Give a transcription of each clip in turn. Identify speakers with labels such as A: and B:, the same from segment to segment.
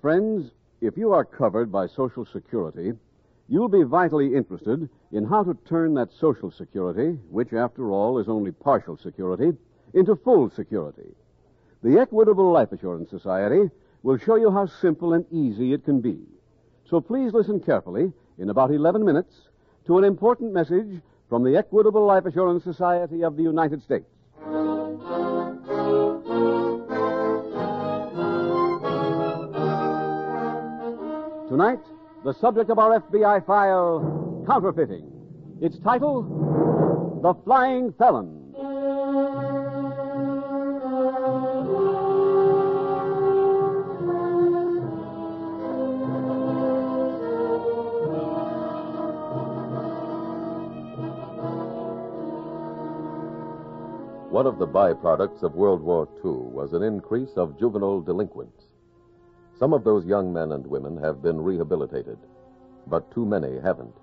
A: Friends, if you are covered by Social Security, you'll be vitally interested in how to turn that Social Security, which after all is only partial security, into full security. The Equitable Life Assurance Society will show you how simple and easy it can be. So please listen carefully in about 11 minutes to an important message from the Equitable Life Assurance Society of the United States. Tonight, the subject of our FBI file, counterfeiting. Its title, The Flying Felon.
B: One of the byproducts of World War II was an increase of juvenile delinquents. Some of those young men and women have been rehabilitated, but too many haven't.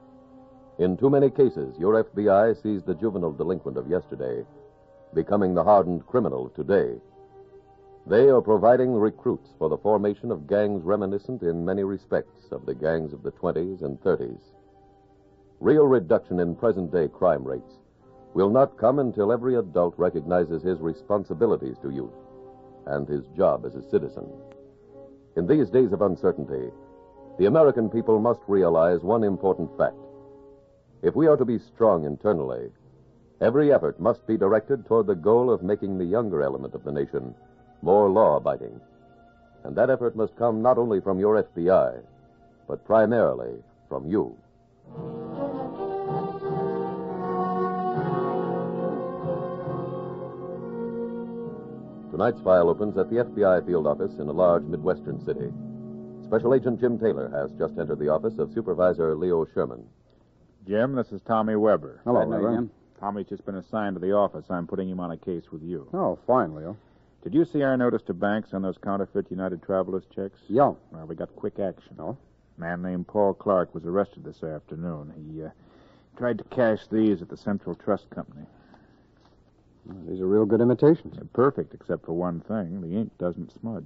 B: In too many cases, your FBI sees the juvenile delinquent of yesterday becoming the hardened criminal of today. They are providing recruits for the formation of gangs reminiscent in many respects of the gangs of the 20s and 30s. Real reduction in present day crime rates will not come until every adult recognizes his responsibilities to youth and his job as a citizen. In these days of uncertainty, the American people must realize one important fact. If we are to be strong internally, every effort must be directed toward the goal of making the younger element of the nation more law abiding. And that effort must come not only from your FBI, but primarily from you. Tonight's file opens at the FBI field office in a large Midwestern city. Special Agent Jim Taylor has just entered the office of Supervisor Leo Sherman.
C: Jim, this is Tommy Weber.
A: Hello, Weber.
C: Tommy's just been assigned to the office. I'm putting him on a case with you.
A: Oh, fine, Leo.
C: Did you see our notice to banks on those counterfeit United Travelers checks?
A: Yeah.
C: Well, we got quick action. Oh? A man named Paul Clark was arrested this afternoon. He uh, tried to cash these at the Central Trust Company.
A: These are real good imitations.
C: They're perfect, except for one thing. The ink doesn't smudge.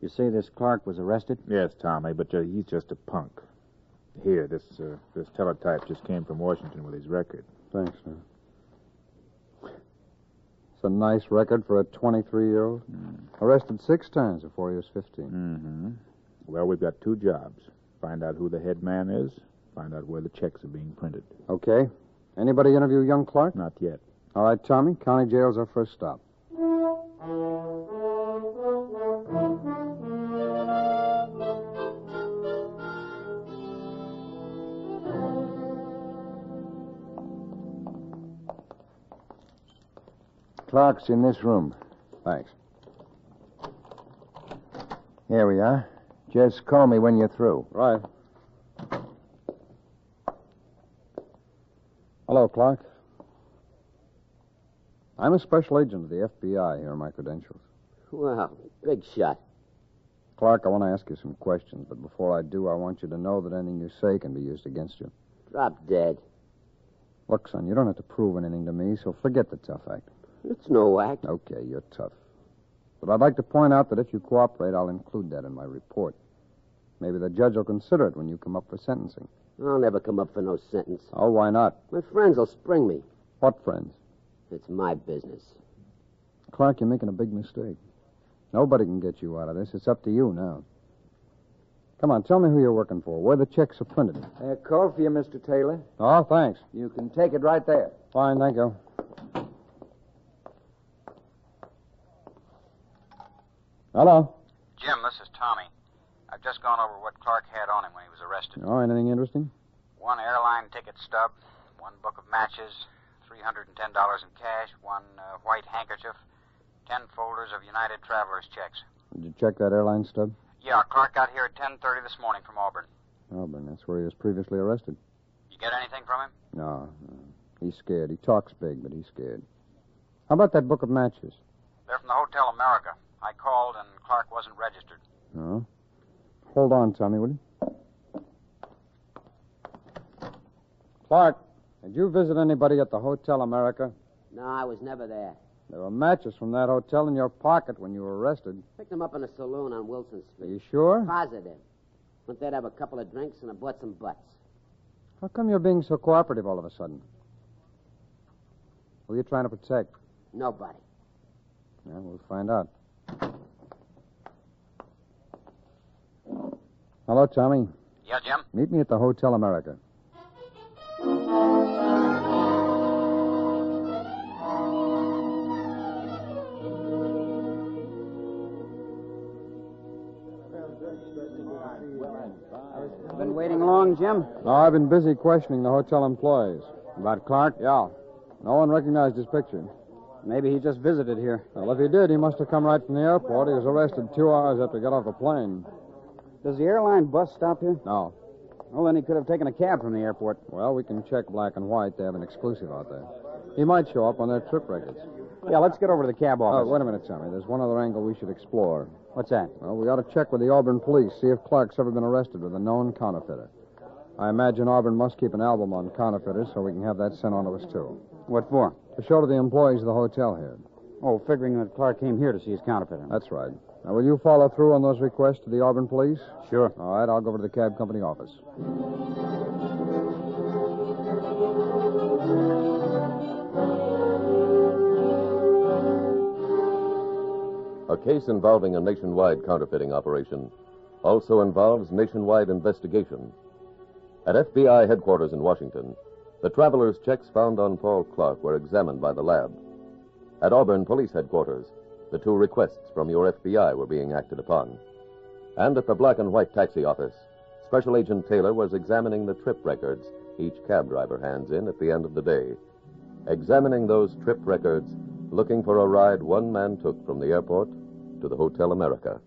D: You say this Clark was arrested?
C: Yes, Tommy, but uh, he's just a punk. Here, this uh, this teletype just came from Washington with his record.
A: Thanks, sir. It's a nice record for a 23 year old.
D: Hmm.
A: Arrested six times before he was 15.
C: Mm-hmm. Well, we've got two jobs: find out who the head man is, find out where the checks are being printed.
A: Okay. Anybody interview young Clark?
C: Not yet.
A: All right, Tommy. County jail's our first stop.
D: Clark's in this room.
A: Thanks.
D: Here we are. Just call me when you're through.
A: Right.
D: Hello, Clark. I'm a special agent of the FBI. Here are my credentials.
E: Wow, big shot.
D: Clark, I want to ask you some questions, but before I do, I want you to know that anything you say can be used against you.
E: Drop dead.
D: Look, son, you don't have to prove anything to me, so forget the tough act.
E: It's no act.
D: Okay, you're tough. But I'd like to point out that if you cooperate, I'll include that in my report. Maybe the judge will consider it when you come up for sentencing.
E: I'll never come up for no sentence.
D: Oh, why not?
E: My friends will spring me.
D: What friends?
E: It's my business.
D: Clark, you're making a big mistake. Nobody can get you out of this. It's up to you now. Come on, tell me who you're working for, where the checks are printed.
F: A call for you, Mr. Taylor.
D: Oh, thanks.
F: You can take it right there.
D: Fine, thank you. Hello.
G: Jim, this is Tommy. I've just gone over what Clark had on him when he was arrested.
D: Oh, anything interesting?
G: One airline ticket stub, one book of matches, $310 in cash, one uh, white handkerchief, ten folders of United Travelers checks.
D: Did you check that airline stub?
G: Yeah, Clark got here at 10.30 this morning from Auburn.
D: Auburn, Oh, that's where he was previously arrested.
G: You get anything from him?
D: No, no. He's scared. He talks big, but he's scared. How about that book of matches?
G: They're from the Hotel America. I called, and Clark wasn't registered.
D: No. Hold on, Tommy, will you? Clark, did you visit anybody at the Hotel America?
E: No, I was never there.
D: There were matches from that hotel in your pocket when you were arrested.
E: Picked them up in a saloon on Wilson
D: Are
E: Street.
D: you sure?
E: Positive. Went there to have a couple of drinks, and I bought some butts.
D: How come you're being so cooperative all of a sudden? Who are you trying to protect?
E: Nobody.
D: Yeah, we'll find out. Hello, Tommy.
G: Yeah, Jim?
D: Meet me at the Hotel America.
H: Been waiting long, Jim?
D: No, I've been busy questioning the hotel employees. About Clark? Yeah. No one recognized his picture.
H: Maybe he just visited here.
D: Well, if he did, he must have come right from the airport. He was arrested two hours after he got off the plane.
H: Does the airline bus stop here?
D: No.
H: Well, then he could have taken a cab from the airport.
D: Well, we can check black and white. They have an exclusive out there. He might show up on their trip records.
H: Yeah, let's get over to the cab office.
D: Oh, wait a minute, Tommy. There's one other angle we should explore.
H: What's that?
D: Well, we ought to check with the Auburn police, see if Clark's ever been arrested with a known counterfeiter. I imagine Auburn must keep an album on counterfeiters so we can have that sent on to us, too.
H: What for?
D: To show to the employees of the hotel here.
H: Oh, figuring that Clark came here to see his counterfeiter.
D: That's right. Now, will you follow through on those requests to the Auburn police?
H: Sure.
D: All right, I'll go over to the cab company office.
B: A case involving a nationwide counterfeiting operation also involves nationwide investigation. At FBI headquarters in Washington, the traveler's checks found on Paul Clark were examined by the lab. At Auburn Police Headquarters, the two requests from your FBI were being acted upon. And at the black and white taxi office, Special Agent Taylor was examining the trip records each cab driver hands in at the end of the day. Examining those trip records, looking for a ride one man took from the airport to the Hotel America.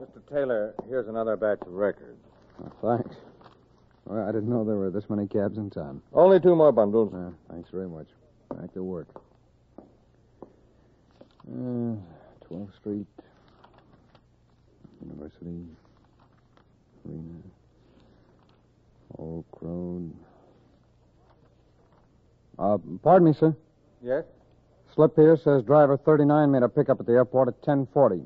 C: Mr. Taylor, here's another batch of records.
D: Oh, thanks. Well, I didn't know there were this many cabs in town.
C: Only two more bundles.
D: Uh, thanks very much. Back to work. Uh, 12th Street, University, Arena, Oak Road. Uh, pardon me, sir.
C: Yes?
D: Slip here says driver 39 made a pickup at the airport at 10:40.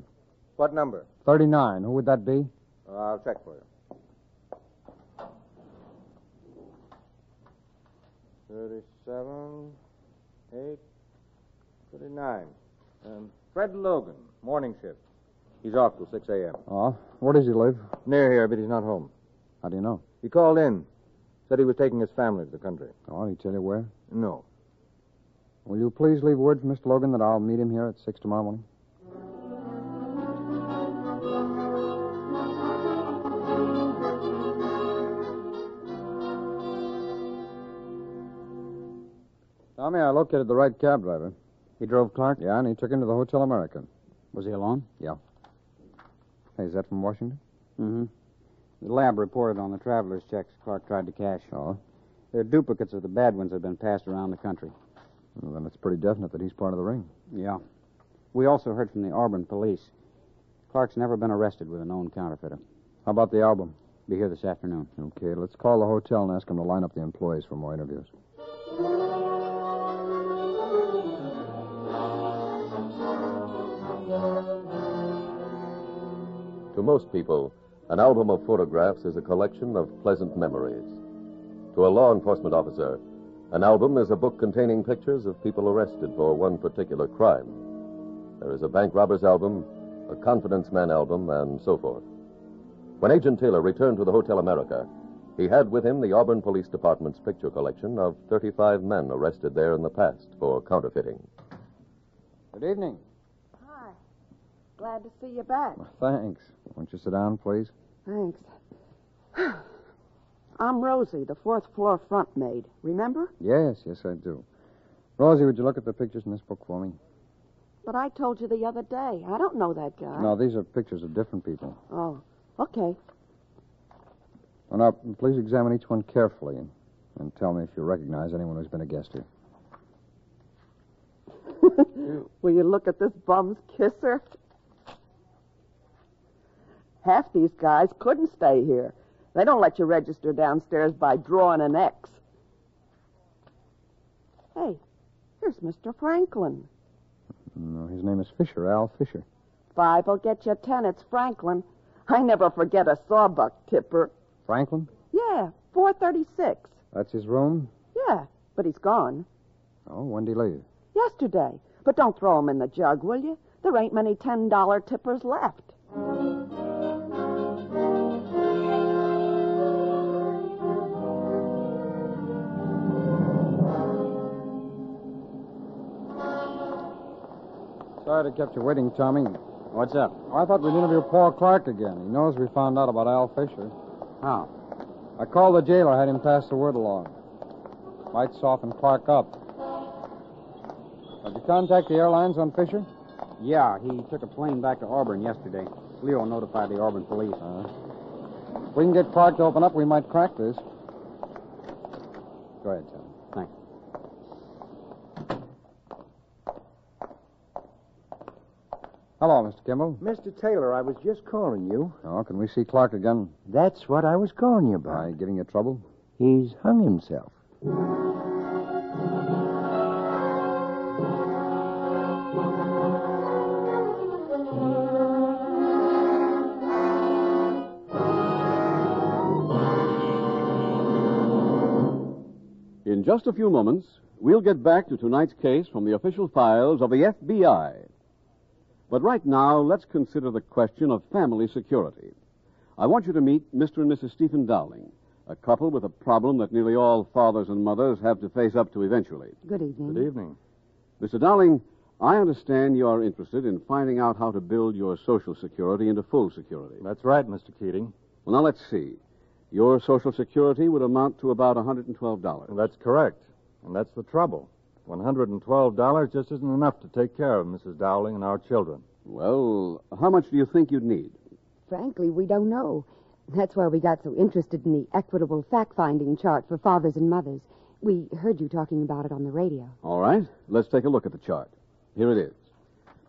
C: What number?
D: 39. Who would that be?
C: I'll check for you. Thirty-seven, eight, thirty-nine. Um, Fred Logan, morning shift. He's off till six a.m.
D: Oh, where does he live?
C: Near here, but he's not home.
D: How do you know?
C: He called in, said he was taking his family to the country.
D: Oh, did he tell you where?
C: No.
D: Will you please leave word for Mr. Logan that I'll meet him here at 6 tomorrow morning? Tommy, I located the right cab driver.
H: He drove Clark?
D: Yeah, and he took him to the Hotel America.
H: Was he alone?
D: Yeah. Hey, is that from Washington?
H: Mm-hmm. The lab reported on the traveler's checks Clark tried to cash.
D: Oh.
H: They're duplicates of the bad ones that have been passed around the country.
D: Well, then it's pretty definite that he's part of the ring.
H: Yeah. We also heard from the Auburn police. Clark's never been arrested with a known counterfeiter.
D: How about the album?
H: Be here this afternoon.
D: Okay, let's call the hotel and ask them to line up the employees for more interviews.
B: To most people, an album of photographs is a collection of pleasant memories. To a law enforcement officer, an album is a book containing pictures of people arrested for one particular crime. There is a bank robber's album, a confidence man album, and so forth. When Agent Taylor returned to the Hotel America, he had with him the Auburn Police Department's picture collection of 35 men arrested there in the past for counterfeiting.
D: Good evening.
I: Hi. Glad to see you back.
D: Thanks. Won't you sit down, please?
I: Thanks. I'm Rosie, the fourth floor front maid. Remember?
D: Yes, yes, I do. Rosie, would you look at the pictures in this book for me?
I: But I told you the other day. I don't know that guy.
D: No, these are pictures of different people.
I: Oh, okay.
D: Well, now, please examine each one carefully and, and tell me if you recognize anyone who's been a guest here.
I: Will you look at this bum's kisser? Half these guys couldn't stay here. They don't let you register downstairs by drawing an X. Hey, here's Mr. Franklin.
D: No, his name is Fisher, Al Fisher.
I: Five will get you ten. It's Franklin. I never forget a sawbuck tipper.
D: Franklin?
I: Yeah, 436.
D: That's his room?
I: Yeah, but he's gone.
D: Oh, when did he leave?
I: Yesterday. But don't throw him in the jug, will you? There ain't many $10 tippers left.
D: Sorry to kept you waiting, Tommy. Oh,
H: What's up?
D: I thought we'd interview Paul Clark again. He knows we found out about Al Fisher.
H: How?
D: I called the jailer, had him pass the word along. Might soften Clark up. Did you contact the airlines on Fisher?
H: Yeah, he took a plane back to Auburn yesterday. Leo notified the Auburn police.
D: Uh, if we can get Clark to open up, we might crack this. Go ahead, Tom.
H: Thanks.
D: Hello, Mr. Kimball.
J: Mr. Taylor, I was just calling you.
D: Oh, can we see Clark again?
J: That's what I was calling you about.
D: Uh, giving you trouble?
J: He's hung himself.
A: In just a few moments, we'll get back to tonight's case from the official files of the FBI. But right now, let's consider the question of family security. I want you to meet Mr. and Mrs. Stephen Dowling, a couple with a problem that nearly all fathers and mothers have to face up to eventually.
I: Good evening.
C: Good evening.
A: Mr. Dowling, I understand you are interested in finding out how to build your Social Security into full security.
C: That's right, Mr. Keating.
A: Well, now let's see. Your Social Security would amount to about $112.
C: That's correct. And that's the trouble. $112 just isn't enough to take care of Mrs. Dowling and our children.
A: Well, how much do you think you'd need?
K: Frankly, we don't know. That's why we got so interested in the equitable fact finding chart for fathers and mothers. We heard you talking about it on the radio.
A: All right, let's take a look at the chart. Here it is.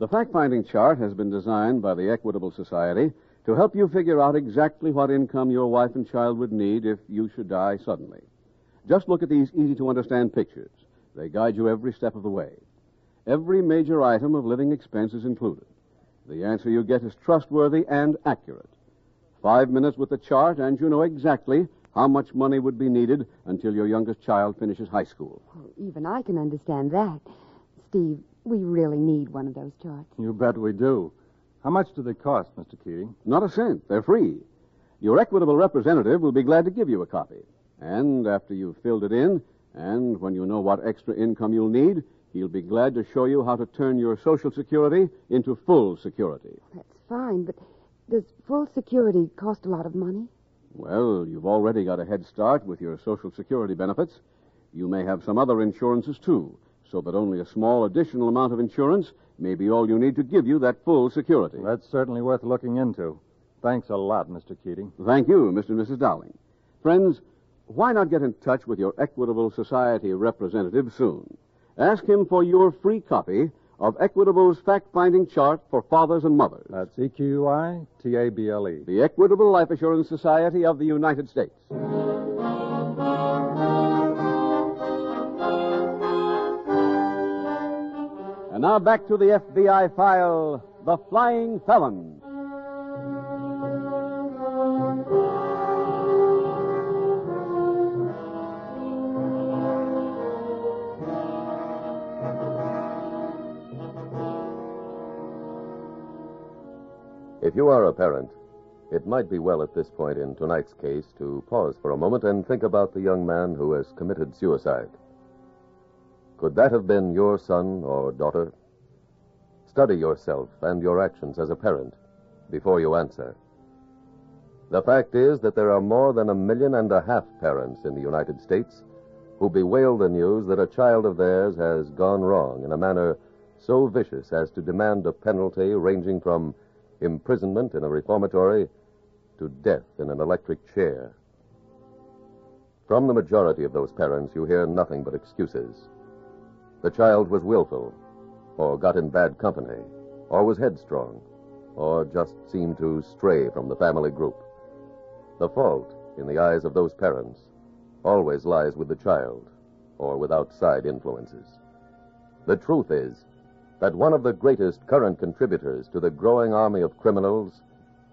A: The fact finding chart has been designed by the Equitable Society to help you figure out exactly what income your wife and child would need if you should die suddenly. Just look at these easy to understand pictures. They guide you every step of the way. Every major item of living expense is included. The answer you get is trustworthy and accurate. Five minutes with the chart, and you know exactly how much money would be needed until your youngest child finishes high school.
K: Oh, even I can understand that. Steve, we really need one of those charts.
C: You bet we do. How much do they cost, Mr. Keating?
A: Not a cent. They're free. Your equitable representative will be glad to give you a copy. And after you've filled it in, and when you know what extra income you'll need, he'll be glad to show you how to turn your Social Security into full security.
K: That's fine, but does full security cost a lot of money?
A: Well, you've already got a head start with your Social Security benefits. You may have some other insurances, too, so that only a small additional amount of insurance may be all you need to give you that full security.
C: That's certainly worth looking into. Thanks a lot, Mr. Keating.
A: Thank you, Mr. and Mrs. Dowling. Friends, why not get in touch with your Equitable Society representative soon? Ask him for your free copy of Equitable's fact finding chart for fathers and mothers.
C: Uh,
D: That's E Q I T A B L E.
A: The Equitable Life Assurance Society of the United States. And now back to the FBI file The Flying Felon.
B: If you are a parent, it might be well at this point in tonight's case to pause for a moment and think about the young man who has committed suicide. Could that have been your son or daughter? Study yourself and your actions as a parent before you answer. The fact is that there are more than a million and a half parents in the United States who bewail the news that a child of theirs has gone wrong in a manner so vicious as to demand a penalty ranging from imprisonment in a reformatory, to death in an electric chair. From the majority of those parents, you hear nothing but excuses. The child was willful, or got in bad company, or was headstrong, or just seemed to stray from the family group. The fault, in the eyes of those parents, always lies with the child, or with outside influences. The truth is, that one of the greatest current contributors to the growing army of criminals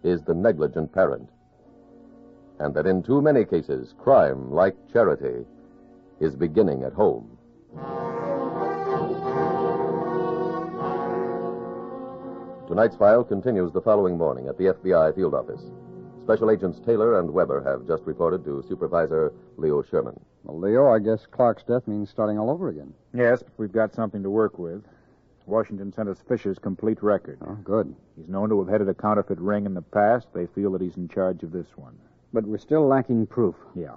B: is the negligent parent, and that in too many cases, crime, like charity, is beginning at home. Tonight's file continues the following morning at the FBI field office. Special Agents Taylor and Weber have just reported to Supervisor Leo Sherman.
D: Well, Leo, I guess Clark's death means starting all over again.
C: Yes, but we've got something to work with. Washington sent us Fisher's complete record.
D: Oh, good.
C: He's known to have headed a counterfeit ring in the past. They feel that he's in charge of this one.
H: But we're still lacking proof.
C: Yeah.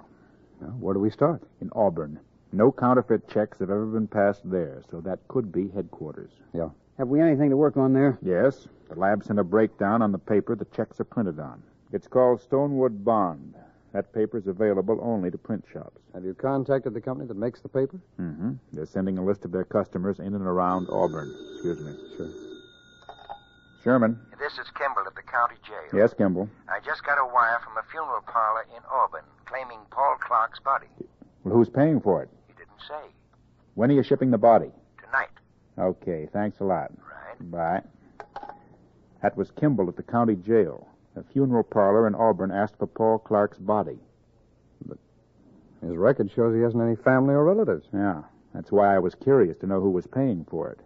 D: Well, where do we start?
C: In Auburn. No counterfeit checks have ever been passed there, so that could be headquarters.
D: Yeah.
H: Have we anything to work on there?
C: Yes. The lab sent a breakdown on the paper the checks are printed on. It's called Stonewood Bond. That paper's available only to print shops.
D: Have you contacted the company that makes the paper?
C: Mm-hmm. They're sending a list of their customers in and around Auburn. Excuse me.
D: Sure.
C: Sherman.
G: This is Kimball at the county jail.
C: Yes, Kimball.
G: I just got a wire from a funeral parlor in Auburn claiming Paul Clark's body.
C: Well, who's paying for it?
G: He didn't say.
C: When are you shipping the body?
G: Tonight.
C: Okay. Thanks a lot.
G: Right.
C: Bye. That was Kimball at the county jail. A funeral parlor in Auburn asked for Paul Clark's body.
D: His record shows he hasn't any family or relatives.
C: Yeah, that's why I was curious to know who was paying for it.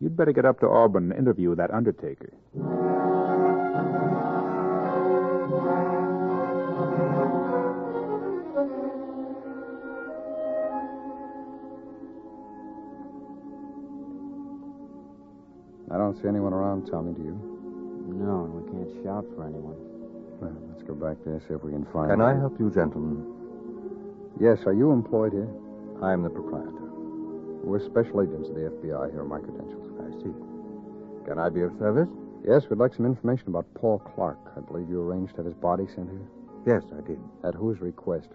C: You'd better get up to Auburn and interview that undertaker.
D: I don't see anyone around, Tommy, do you?
H: No, and we can't shout for anyone.
D: Well, let's go back there, see if we can find
J: Can
D: him.
J: I help you, gentlemen?
D: Yes, are you employed here?
J: I am the proprietor.
D: We're special agents of the FBI here, my credentials.
J: I see. Can I be of service?
D: Yes, we'd like some information about Paul Clark. I believe you arranged to have his body sent here.
J: Yes, I did.
D: At whose request?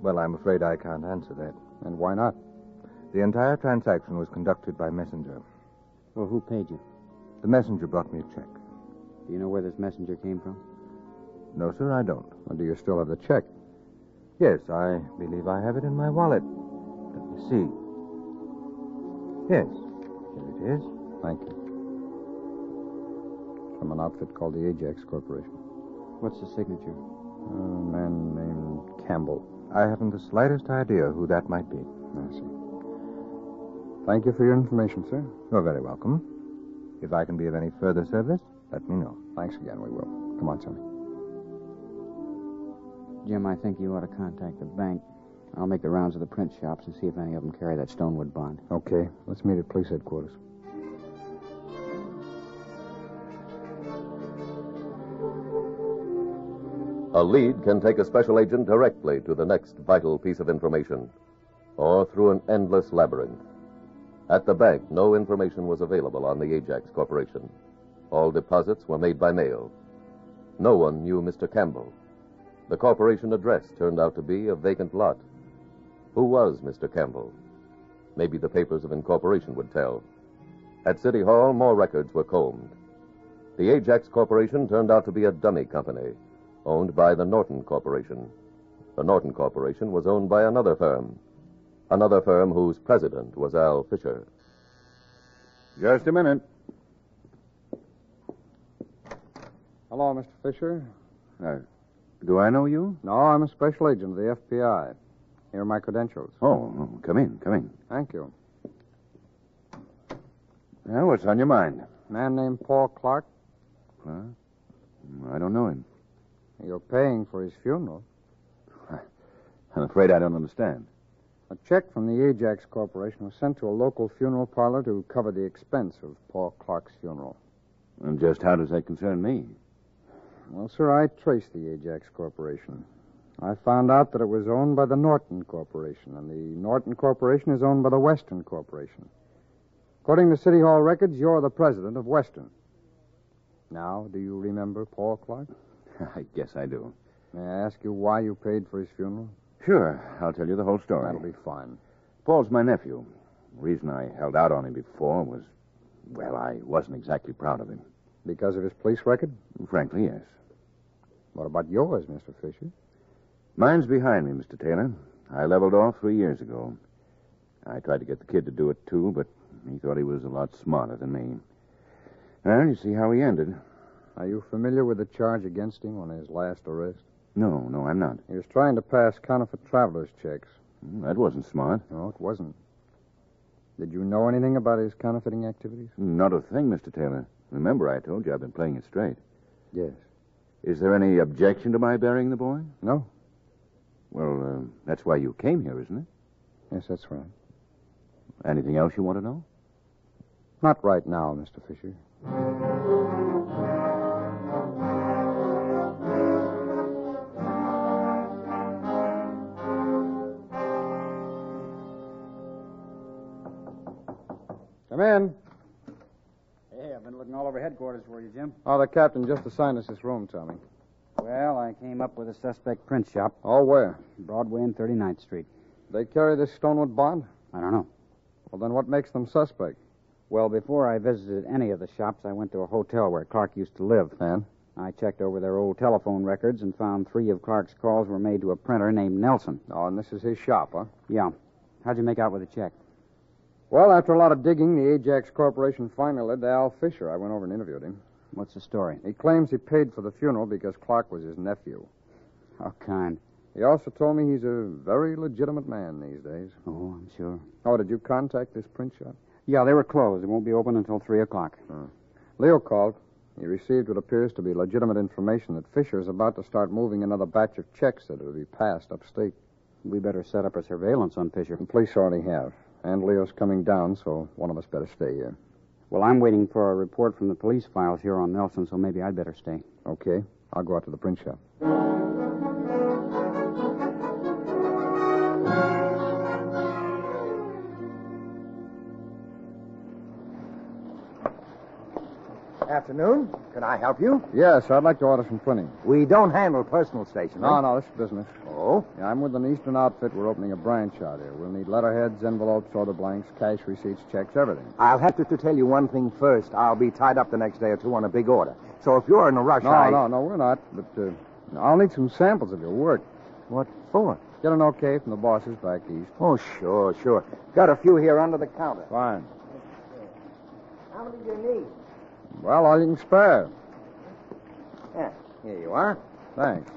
J: Well, I'm afraid I can't answer that.
D: And why not?
J: The entire transaction was conducted by messenger.
H: Well, who paid you?
J: The messenger brought me a check.
H: Do you know where this messenger came from?
J: No, sir, I don't.
D: Or do you still have the check?
J: Yes, I believe I have it in my wallet. Let me see. Yes, here it is.
D: Thank you. From an outfit called the Ajax Corporation.
H: What's the signature?
D: A man named Campbell.
J: I haven't the slightest idea who that might be.
D: I see. Thank you for your information, sir.
J: You're very welcome. If I can be of any further service, let me know.
D: Thanks again, we will. Come on, Tommy.
H: Jim, I think you ought to contact the bank. I'll make the rounds of the print shops and see if any of them carry that Stonewood bond.
D: Okay, let's meet at police headquarters.
B: A lead can take a special agent directly to the next vital piece of information, or through an endless labyrinth. At the bank, no information was available on the Ajax Corporation. All deposits were made by mail. No one knew Mr. Campbell. The corporation address turned out to be a vacant lot. Who was Mr. Campbell? Maybe the papers of incorporation would tell. At City Hall, more records were combed. The Ajax Corporation turned out to be a dummy company owned by the Norton Corporation. The Norton Corporation was owned by another firm, another firm whose president was Al Fisher.
C: Just a minute.
D: Hello, Mr. Fisher.
C: Uh, do I know you?
D: No, I'm a special agent of the FBI. Here are my credentials.
C: Oh, oh, come in, come in.
D: Thank you.
C: Now, what's on your mind?
D: Man named Paul
C: Clark?
D: Clark.
C: Mm, I don't know him.
D: You're paying for his funeral.
C: I'm afraid I don't understand.
D: A check from the Ajax Corporation was sent to a local funeral parlor to cover the expense of Paul Clark's funeral.
C: And just how does that concern me?
D: Well, sir, I traced the Ajax Corporation. I found out that it was owned by the Norton Corporation, and the Norton Corporation is owned by the Western Corporation. According to City Hall records, you're the president of Western. Now, do you remember Paul Clark?
C: I guess I do.
D: May I ask you why you paid for his funeral?
C: Sure. I'll tell you the whole story.
D: That'll be fine.
C: Paul's my nephew. The reason I held out on him before was, well, I wasn't exactly proud of him.
D: Because of his police record?
C: Frankly, yes.
D: What about yours, Mr. Fisher?
C: Mine's behind me, Mr. Taylor. I leveled off three years ago. I tried to get the kid to do it, too, but he thought he was a lot smarter than me. Well, you see how he ended.
D: Are you familiar with the charge against him on his last arrest?
C: No, no, I'm not.
D: He was trying to pass counterfeit traveler's checks.
C: Well, that wasn't smart.
D: No, it wasn't. Did you know anything about his counterfeiting activities?
C: Not a thing, Mr. Taylor. Remember, I told you I've been playing it straight.
D: Yes.
C: Is there any objection to my burying the boy?
D: No.
C: Well, uh, that's why you came here, isn't it?
D: Yes, that's right.
C: Anything else you want to know?
D: Not right now, Mr. Fisher. Come in.
L: Hey, I've been looking all over headquarters for you, Jim.
D: Oh, the captain just assigned us this room, Tommy.
L: Well, I came up with a suspect print shop.
D: Oh, where?
L: Broadway and 39th Street.
D: They carry this Stonewood bond?
L: I don't know.
D: Well, then what makes them suspect?
L: Well, before I visited any of the shops, I went to a hotel where Clark used to live.
D: And?
L: I checked over their old telephone records and found three of Clark's calls were made to a printer named Nelson.
D: Oh, and this is his shop, huh?
L: Yeah. How'd you make out with the check?
D: Well, after a lot of digging, the Ajax Corporation finally led to Al Fisher. I went over and interviewed him.
L: What's the story?
D: He claims he paid for the funeral because Clark was his nephew.
L: How kind.
D: He also told me he's a very legitimate man these days.
L: Oh, I'm sure.
D: Oh, did you contact this print shop?
L: Yeah, they were closed. It won't be open until 3 o'clock.
D: Hmm. Leo called. He received what appears to be legitimate information that Fisher is about to start moving another batch of checks that will be passed upstate.
L: We better set up a surveillance on Fisher.
D: The police already have. And Leo's coming down, so one of us better stay here.
L: Well, I'm waiting for a report from the police files here on Nelson, so maybe I'd better stay.
D: Okay. I'll go out to the print shop.
M: Afternoon. Can I help you?
D: Yes, I'd like to order some printing.
M: We don't handle personal stationery.
D: No, no, this is business.
M: Oh?
D: Yeah, I'm with an Eastern outfit. We're opening a branch out here. We'll need letterheads, envelopes, order blanks, cash receipts, checks, everything.
M: I'll have to, to tell you one thing first. I'll be tied up the next day or two on a big order. So if you're in a rush,
D: no,
M: I...
D: No, no, we're not. But uh, I'll need some samples of your work.
M: What for?
D: Get an okay from the bosses back east.
M: Oh, sure, sure. Got a few here under the counter.
D: Fine.
M: How many do you need?
D: Well, all you can spare.
M: Yeah, here you are.
D: Thanks.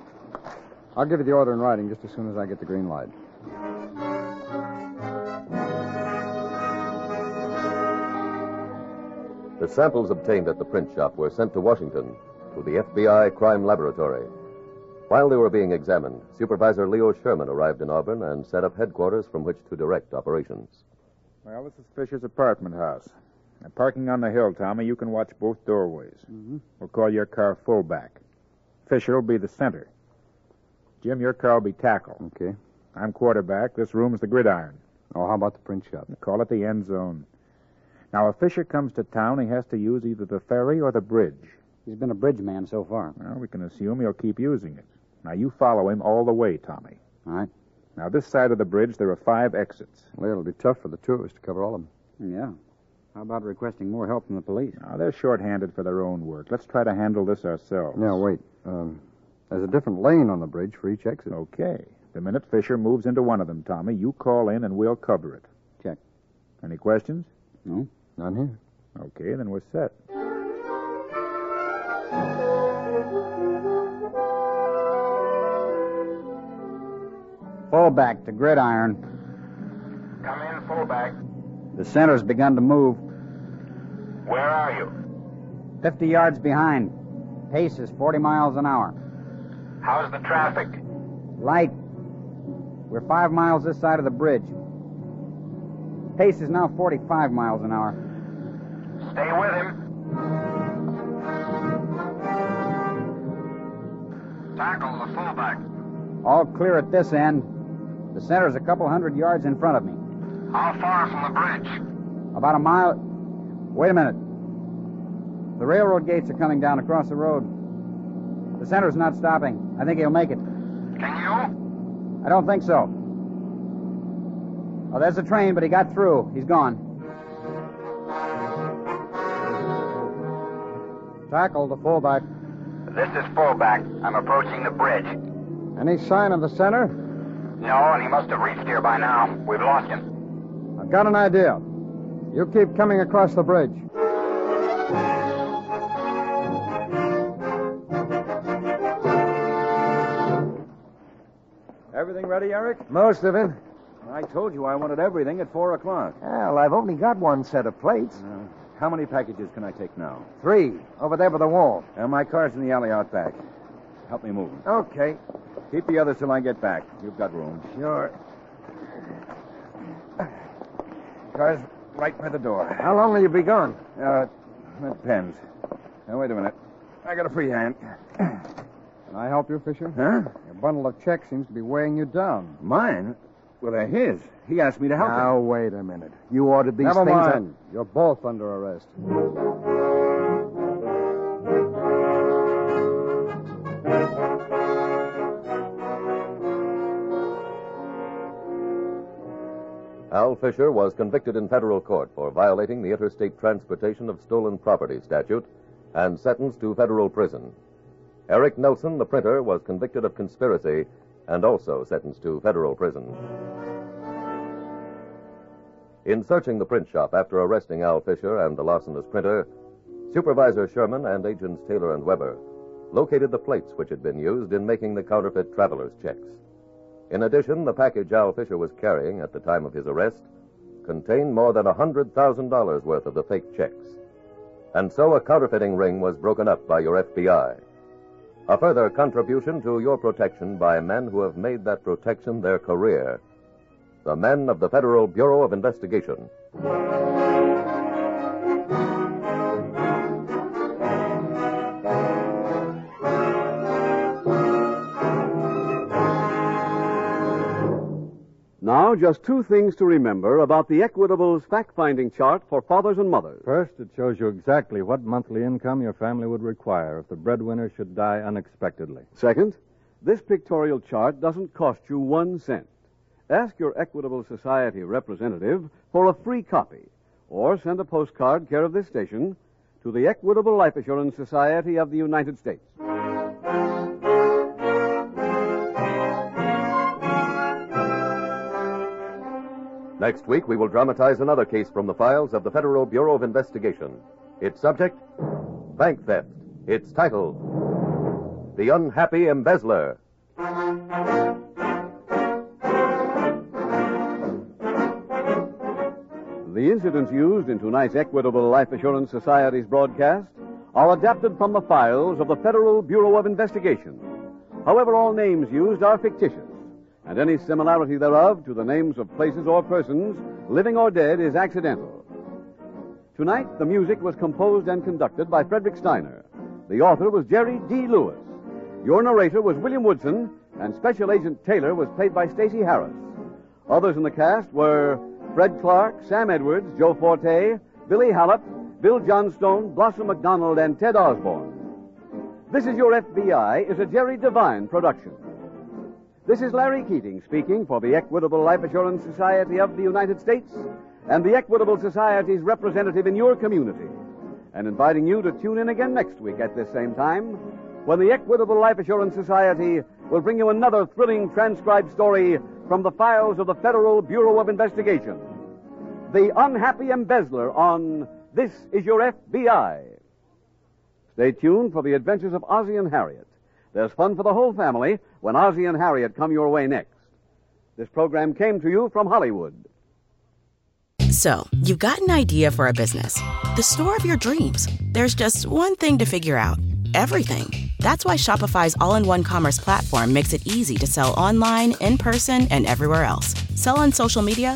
D: I'll give you the order in writing just as soon as I get the green light.
B: The samples obtained at the print shop were sent to Washington to the FBI crime laboratory. While they were being examined, Supervisor Leo Sherman arrived in Auburn and set up headquarters from which to direct operations.
C: Well, this is Fisher's apartment house. Now, parking on the hill, Tommy, you can watch both doorways. Mm-hmm. We'll call your car fullback. Fisher will be the center. Jim, your car will be tackle.
D: Okay.
C: I'm quarterback. This room's the gridiron.
D: Oh, how about the print shop? They
C: call it the end zone. Now, if Fisher comes to town, he has to use either the ferry or the bridge.
L: He's been a bridge man so far.
C: Well, we can assume he'll keep using it. Now, you follow him all the way, Tommy.
L: All right.
C: Now, this side of the bridge, there are five exits.
D: Well, it'll be tough for the tourists to cover all of them.
L: Yeah. How about requesting more help from the police?
C: Now, they're shorthanded for their own work. Let's try to handle this ourselves.
D: Now, wait. Um, there's a different lane on the bridge for each exit.
C: Okay. The minute Fisher moves into one of them, Tommy, you call in and we'll cover it.
L: Check.
C: Any questions?
L: No.
D: None here.
C: Okay, then we're set.
L: Fullback to gridiron.
N: Come in, fullback.
L: The center's begun to move.
N: Where are you?
L: 50 yards behind. Pace is 40 miles an hour.
N: How's the traffic?
L: Light. We're five miles this side of the bridge. Pace is now 45 miles an hour.
N: Stay with him. Tackle the fullback.
L: All clear at this end. The center's a couple hundred yards in front of me.
N: How far from the bridge?
L: About a mile. Wait a minute. The railroad gates are coming down across the road. The center's not stopping. I think he'll make it.
N: Can you?
L: I don't think so. Oh, there's a train, but he got through. He's gone. Tackle the fullback.
N: This is fullback. I'm approaching the bridge.
D: Any sign of the center?
N: No, and he must have reached here by now. We've lost him.
D: I've got an idea. You keep coming across the bridge.
F: Everything ready, Eric?
M: Most of it.
F: I told you I wanted everything at 4 o'clock. Uh,
M: Well, I've only got one set of plates.
F: How many packages can I take now?
M: Three. Over there by the wall.
F: Uh, my car's in the alley out back. Help me move 'em.
M: Okay.
F: Keep the others till I get back. You've got room.
M: Sure.
F: Car's right by the door.
M: How long will you be gone?
F: Uh, that depends. Now, wait a minute. I got a free hand.
D: Can I help you, Fisher?
F: Huh?
D: Your bundle of checks seems to be weighing you down.
F: Mine? Well, they're his. He asked me to help
D: Now,
F: him.
D: wait a minute.
M: You ordered these
D: Never
M: things.
D: mind. You're both under arrest.
B: Al Fisher was convicted in federal court for violating the Interstate Transportation of Stolen Property statute and sentenced to federal prison. Eric Nelson, the printer, was convicted of conspiracy and also sentenced to federal prison. In searching the print shop after arresting Al Fisher and the larcenous printer, Supervisor Sherman and agents Taylor and Weber located the plates which had been used in making the counterfeit traveler's checks. In addition, the package Al Fisher was carrying at the time of his arrest contained more than $100,000 worth of the fake checks. And so a counterfeiting ring was broken up by your FBI. A further contribution to your protection by men who have made that protection their career. The men of the Federal Bureau of Investigation.
A: Now, just two things to remember about the Equitable's fact finding chart for fathers and mothers.
O: First, it shows you exactly what monthly income your family would require if the breadwinner should die unexpectedly.
A: Second, this pictorial chart doesn't cost you one cent. Ask your Equitable Society representative for a free copy or send a postcard care of this station to the Equitable Life Assurance Society of the United States.
B: Next week, we will dramatize another case from the files of the Federal Bureau of Investigation. Its subject, bank theft. Its title, The Unhappy Embezzler.
A: The incidents used in tonight's Equitable Life Assurance Society's broadcast are adapted from the files of the Federal Bureau of Investigation. However, all names used are fictitious, and any similarity thereof to the names of places or persons, living or dead, is accidental. Tonight, the music was composed and conducted by Frederick Steiner. The author was Jerry D. Lewis. Your narrator was William Woodson, and Special Agent Taylor was played by Stacey Harris. Others in the cast were Fred Clark, Sam Edwards, Joe Forte, Billy Hallop, Bill Johnstone, Blossom McDonald, and Ted Osborne. This is Your FBI is a Jerry Devine production. This is Larry Keating speaking for the Equitable Life Assurance Society of the United States and the Equitable Society's representative in your community, and inviting you to tune in again next week at this same time when the Equitable Life Assurance Society will bring you another thrilling transcribed story from the files of the Federal Bureau of Investigation The Unhappy Embezzler on This Is Your FBI. Stay tuned for the adventures of Ozzie and Harriet. There's fun for the whole family when Ozzie and Harriet come your way next. This program came to you from Hollywood.
P: So, you've got an idea for a business, the store of your dreams. There's just one thing to figure out everything. That's why Shopify's all in one commerce platform makes it easy to sell online, in person, and everywhere else. Sell on social media,